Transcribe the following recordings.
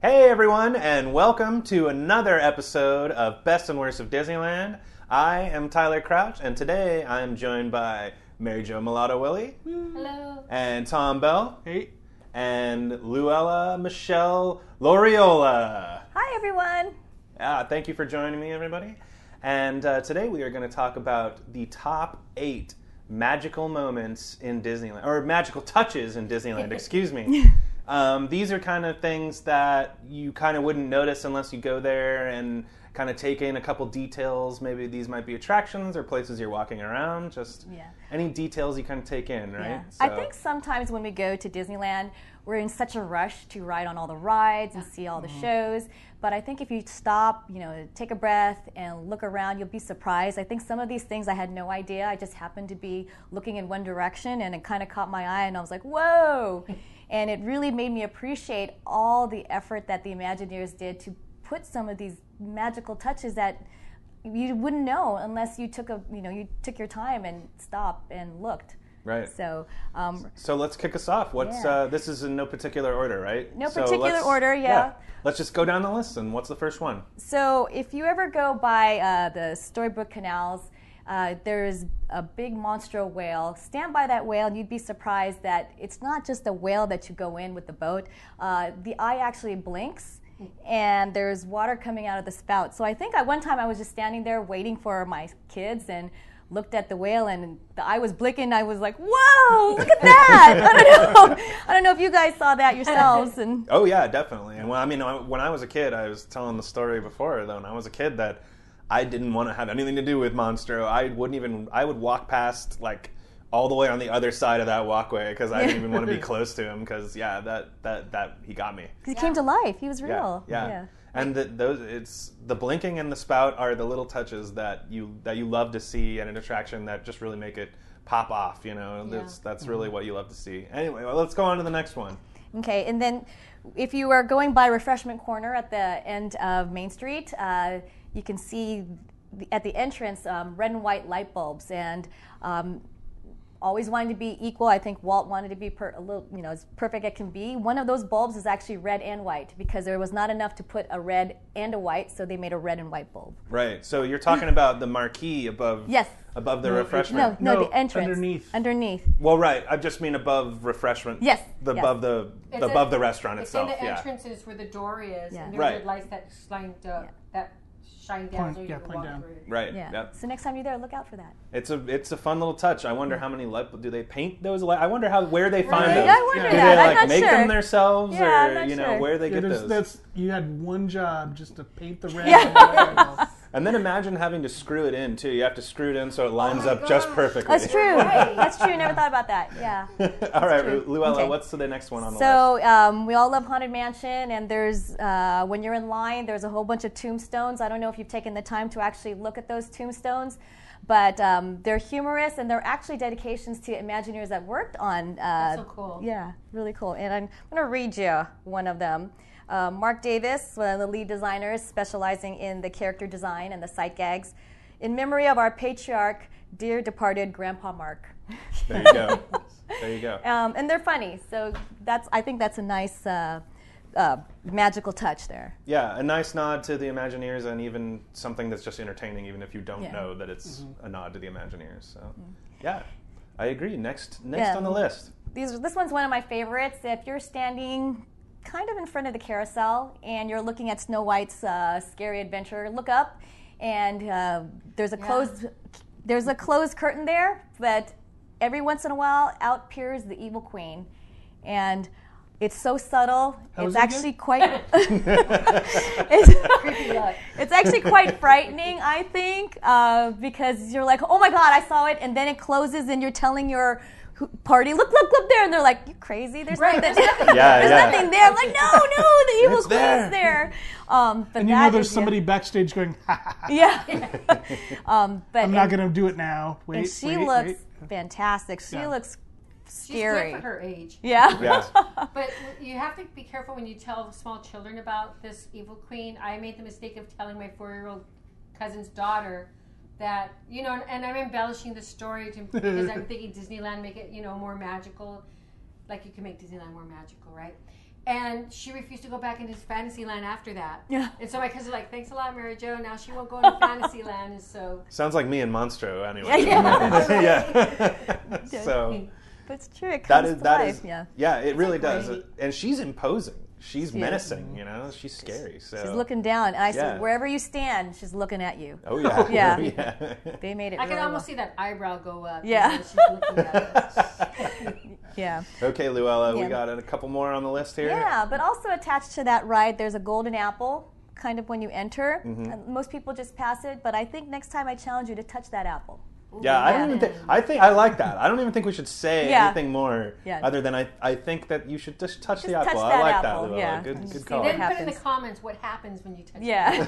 Hey everyone, and welcome to another episode of Best and Worst of Disneyland. I am Tyler Crouch, and today I am joined by Mary Jo Mulatto Willie Hello. and Tom Bell and Luella Michelle Loriola. Hi, everyone. Ah, thank you for joining me, everybody. And uh, today we are going to talk about the top eight magical moments in Disneyland, or magical touches in Disneyland, excuse me. Um, these are kind of things that you kind of wouldn't notice unless you go there and kind of take in a couple details. Maybe these might be attractions or places you're walking around, just Yeah. any details you kind of take in, right? Yeah. I think sometimes when we go to Disneyland, we're in such a rush to ride on all the rides and see all the shows. But I think if you stop, you know, take a breath and look around, you'll be surprised. I think some of these things I had no idea. I just happened to be looking in one direction and it kind of caught my eye and I was like, whoa. and it really made me appreciate all the effort that the Imagineers did to put some of these magical touches that you wouldn't know unless you took a you know you took your time and stopped and looked Right. so um, So let's kick us off. What's Yeah. uh, this is in no particular order, right? No So particular let's- order, yeah. Let's just go down the list. And what's the first one? so if you ever go by uh, the storybook canals uh, there's a big monstro whale. Stand by that whale, and you'd be surprised that it's not just a whale that you go in with the boat. Uh, the eye actually blinks, and there's water coming out of the spout. So I think at one time I was just standing there waiting for my kids and looked at the whale, and the eye was blinking. I was like, "Whoa, look at that!" I don't know. I don't know if you guys saw that yourselves, and Oh yeah, definitely. And well, I mean, I- when I was a kid, I was telling the story before. Though, when I was a kid, that I didn't want to have anything to do with Monstro. I wouldn't even. I would walk past like all the way on the other side of that walkway because I didn't even want to be close to him. Because yeah, that that that he got me. He came to life. He was Yeah, real. yeah. And the, those, it's the blinking and the spout are the little touches that you that you love to see at an attraction that just really make it pop off. You know, that's that's Mm-hmm. really what you love to see. Anyway, well, let's go on to the next one. Okay, and then if you are going by refreshment corner at the end of Main Street, uh, you can see the, at the entrance um, red and white light bulbs, and um, always wanted to be equal. I think Walt wanted to be per, a little, you know, as perfect it can be. One of those bulbs is actually red and white because there was not enough to put a red and a white, so they made a red and white bulb. Right. So you're talking about the marquee above. Yes. Above the refreshment. No, no, No, the entrance underneath. Underneath. Well, right. I just mean above refreshment. Yes, The yes. above the, It's the in- above the restaurant It's itself. in the yeah. entrances where the door is, Yeah. and there Right. are good lights that shine, uh, that shine down Point- so you yeah, can point walk down. through. Right. Yeah. Yep. So next time you're there, look out for that. It's a it's a fun little touch. I Mm. wonder how many light do they paint those light? I wonder how where they find Right. those. I wonder do that. they I'm like not make sure. them themselves Yeah, or I'm not you know sure. where they Yeah, get there's- those? That's you had one job just to paint the red. And then imagine having to screw it in too. You have to screw it in so it lines my up just gosh. perfectly. Oh That's true. That's true. Never thought about that. Yeah. All right, true. Luella, Okay. what's the next one on the list? So um, we all love Haunted Mansion, and there's uh, when you're in line, there's a whole bunch of tombstones. I don't know if you've taken the time to actually look at those tombstones, but um, they're humorous and they're actually dedications to Imagineers that worked on. Uh, so cool. Yeah, really cool. And I'm going to read you one of them. Uh, Mark Davis, one of the lead designers specializing in the character design and the sight gags, in memory of our patriarch, dear departed Grandpa Mark. There you go. there you go. Um, and they're funny, so that's I think that's a nice uh, uh, magical touch there. Yeah, a nice nod to the Imagineers, and even something that's just entertaining, even if you don't Yeah. Mm. know that it's Mm-hmm. a nod to the Imagineers. So, yeah, I agree. Next, next Yeah. on the list. These this one's one of my favorites. If you're standing kind of in front of the carousel and you're looking at Snow White's uh, Scary Adventure, look up, and uh, there's a closed there's a closed curtain there, but every once in a while out peers the evil queen, and it's so subtle. was it's it again? actually quite. it's- Creepy look. It's actually quite frightening, I think, uh, because you're like, oh my god, I saw it, and then it closes, and you're telling your who- party, look, look, look there, and they're like, you crazy? There's Right, nothing. there's nothing Yeah, there's yeah. nothing there. I'm like, no, no, the evil It's queen's there. there. Um, but and you know that there's is- somebody backstage going, ha, ha, ha, Yeah. um, but I'm not gonna do it now. Wait, and she wait, looks wait. fantastic. She Yeah. looks She's good scary. for her age. Yeah. Yeah. But you have to be careful when you tell small children about this evil queen. I made the mistake of telling my four-year-old cousin's daughter that you know, and, and I'm embellishing the story to, because I'm thinking Disneyland make it you know more magical, like you can make Disneyland more magical, right? And she refused to go back into fantasy land after that. Yeah. And so my cousins were like, thanks a lot, Mary Jo. Now she won't go into fantasy land. And so Sounds like me and Monstro anyway. Yeah. yeah. so But it's true. It comes that is to that life. is yeah. it really does. great. And she's imposing. She's is. menacing, you know. She's scary. So She's looking down, and I Yeah. said, wherever you stand, she's looking at you. Oh yeah. Yeah. Oh, yeah. They made it. I can really almost well. see that eyebrow go up. you Yeah. know, she's looking at it. Yeah. Okay, Luella, we Yeah. got a couple more on the list here. Yeah, but also attached to that ride, there's a golden apple. Kind of when you enter, And most people just pass it. But I think next time I challenge you to touch that apple. Yeah, I don't even think I think I like that. I don't even think we should say Yeah. anything more Yeah. other than I, I think that you should just touch the Just apple. touch I that like apple, that, Luella. yeah. Good Just good see call. what Then put in the happens. comments what happens when you touch it. Yeah,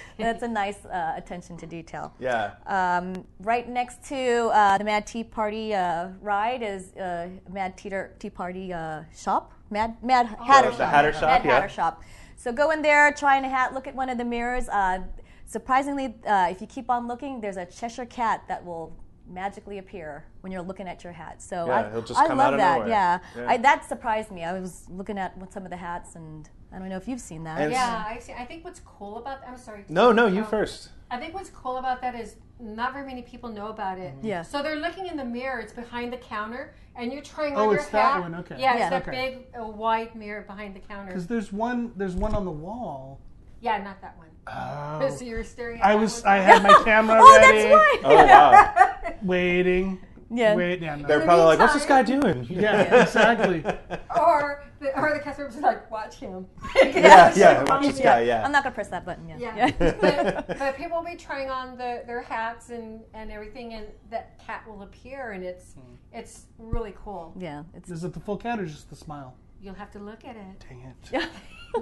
that's a nice uh, attention to detail. yeah. Um, right next to uh, the Mad Tea Party uh, ride is uh, Mad Teeter Tea Party uh, shop, Mad Mad Hatter the shop. Hatter shop, Mad yeah. Hatter shop. So go in there, try on a hat, look at one of the mirrors. Uh, surprisingly, uh, if you keep on looking, there's a Cheshire Cat that will magically appear when you're looking at your hat. So Yeah, I, he'll just I come love out of that. nowhere. Yeah, Yeah. I, that surprised me. I was looking at what- some of the hats, and I don't know if you've seen that. And- Yeah, I see. I think what's cool about I'm sorry. No, no, you Oh. first. I think what's cool about that is not very many people know about it. Yeah. So they're looking in the mirror. It's behind the counter, and you're trying Oh, on your it's that hat. one, okay. Yeah, Yeah. it's that Okay. big uh, wide mirror behind the counter. Because there's one, there's one on the wall. Yeah, not that one. Oh. So you're staring. At I that was, one. I had my camera oh, ready, that's right. Oh wow. waiting, Yeah. wait, yeah, no. They're probably like, What's this guy doing? yeah, exactly. Or the, or the customer was like, watch him. Yeah, yeah, watch this guy, I'm yeah. not gonna press that button. Yeah. Yeah, but, but people will be trying on the, their hats and, and everything, and that cat will appear, and it's Hmm. it's really cool. Yeah, It's Is it the full cat or just the smile? You'll have to look at it. Dang it.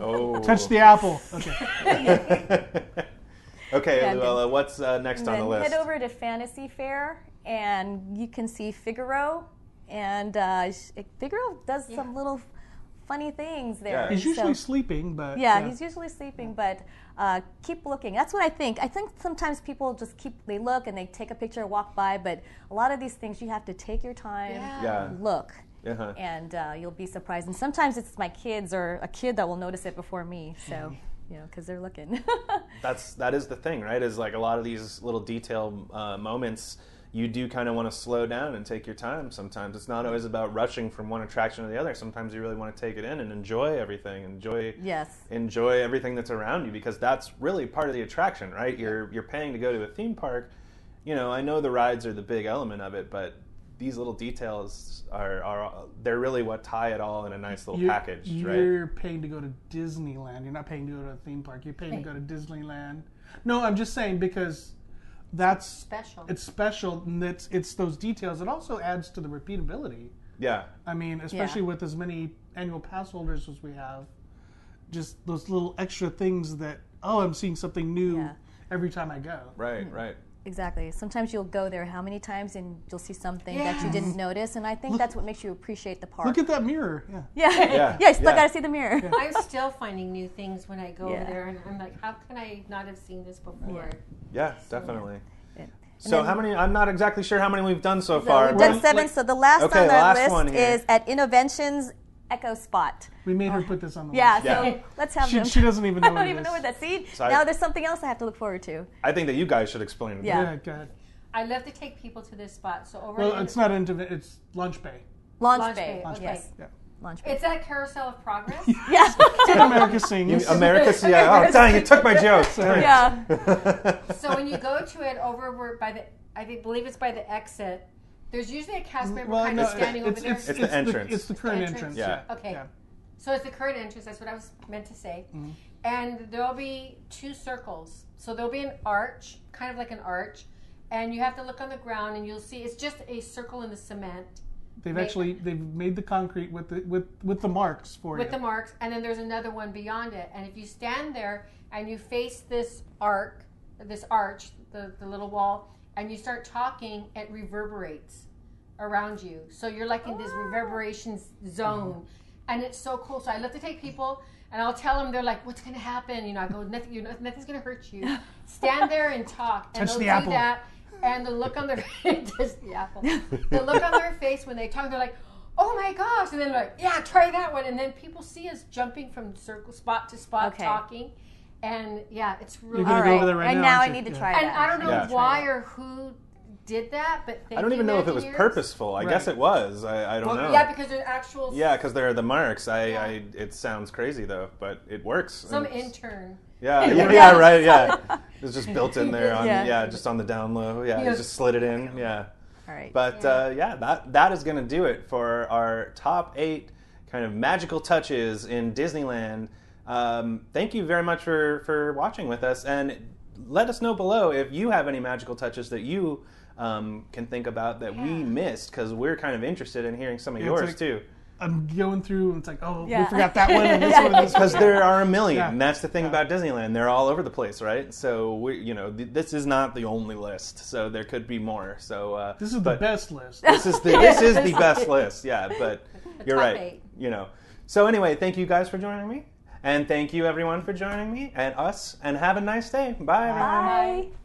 Oh. Touch the apple. Okay. Okay, Yeah, good. Luella, what's uh, next on the then list? head over to Fantasy Fair, and you can see Figaro, and uh, sh- Figaro does Yeah. some little funny things there. Yeah. He's So- usually sleeping, but yeah, he's usually sleeping, but uh, keep looking. That's what I think. I think sometimes people just keep they look and they take a picture, walk by, but a lot of these things you have to take your time, Yeah. yeah. look. Uh-huh. And uh, you'll be surprised. And sometimes it's my kids or a kid that will notice it before me. So, you know, because they're looking. that's that is the thing, right? Is like a lot of these little detail uh, moments. You do kind of want to slow down and take your time. Sometimes it's not always about rushing from one attraction to the other. Sometimes you really want to take it in and enjoy everything. Enjoy yes. enjoy everything that's around you because that's really part of the attraction, right? You're you're paying to go to a theme park. You know, I know the rides are the big element of it, but these little details are are they're really what tie it all in a nice little You're, package, right? you're paying to go to Disneyland. You're not paying to go to a theme park. You're paying to go to Disneyland. No, I'm just saying because that's Special. it's special and it's it's those details. It also adds to the repeatability. Yeah. I mean, especially with as many annual pass holders as we have, just those little extra things that oh, I'm seeing something new Yeah. every time I go. Right, right. Exactly. Sometimes you'll go there how many times and you'll see something that you didn't notice, and I think that's what makes you appreciate the park. Look at that mirror. Yeah. yeah, Yeah, yeah. You still yeah. gotta see the mirror. I'm still finding new things when I go Yeah. over there, and I'm like, how can I not have seen this before? Yeah, definitely. Yeah. So And how many? I'm not exactly sure how many we've done so So far. we've but- done seven. So the last Okay, on our last one list here. Oh, is at Innoventions Echo Spot. We made her put this on the Yeah. list. Yeah. So let's have She, them. she doesn't even know. I what don't it even know is. where that seat. So I- now there's something else I have to look forward to. I think that you guys should explain it. Yeah. Yeah, go ahead. I love to take people to this spot. So over Well, in- it's not interve- It's lunch bay. Launch, Launch Bay. Bay, Launch Bay. Yes. Yeah. Launch Bay. it's that carousel of progress. Yeah. That's what America You, sings. America, see, oh, dang, you took my jokes. yeah. so when you go to it over where by the, I think, believe it's by the exit. There's usually a cast member kind of standing over there. It's the entrance. it's the current entrance. entrance. Yeah. Yeah. Okay. Yeah. So it's the current entrance. That's what I was meant to say. Mm-hmm. And there'll be two circles. So there'll be an arch, kind of like an arch, and you have to look on the ground, and you'll see it's just a circle in the cement They've Make- actually they've made the concrete with the with with the marks for with you. the marks, and then there's another one beyond it. And if you stand there and you face this arc, this arch, the, the little wall, and you start talking, it reverberates around you. So you're like in this Oh, reverberation zone. Mm-hmm. And it's so cool. So I love to take people and I'll tell them, they're like, what's going to happen? You know, I go, nothing, you know, nothing's going to hurt you. Stand there and talk. And Touch they'll the do apple. that. And the look on their face, the apple. The look on their face when they talk, they're like, oh my gosh, and then like, yeah, try that one, and then people see us jumping from circle spot to spot, Okay. talking, and yeah, it's really. You're gonna All go right. over there right and now, now I aren't you? need to Yeah. try and that. I don't know Yeah. why or who did that, but thank I don't you, even know if it was Imagineers. purposeful. I guess Right. it was. I, I don't Well, know. yeah, because there's actual Yeah, because there are the marks. I, Yeah. I, it sounds crazy though, but it works. some It's- intern. Yeah, yeah, Yeah. yeah, right, yeah. It's just built in there. On, Yeah. yeah. just on the down low. Yeah, Yeah. you just slid it in. Yeah, All right. but Uh, yeah, that that is gonna do it for our top eight kind of magical touches in Disneyland. Um, thank you very much for for watching with us, and let us know below if you have any magical touches that you. Um, can think about that we missed because we're kind of interested in hearing some of Yeah, it's yours like- too. I'm going through and it's like, oh, Yeah. we forgot that one and this one and this one. because there are a million. Yeah. And that's the thing about Disneyland; they're all over the place, right? So we, you know, th- this is not the only list. So there could be more. So uh, This is the but best list. This is the this is the best list. Yeah, but you're top right. eight. You know. So anyway, thank you guys for joining me, and thank you everyone for joining me and us. And have a nice day. Bye. everyone. Bye.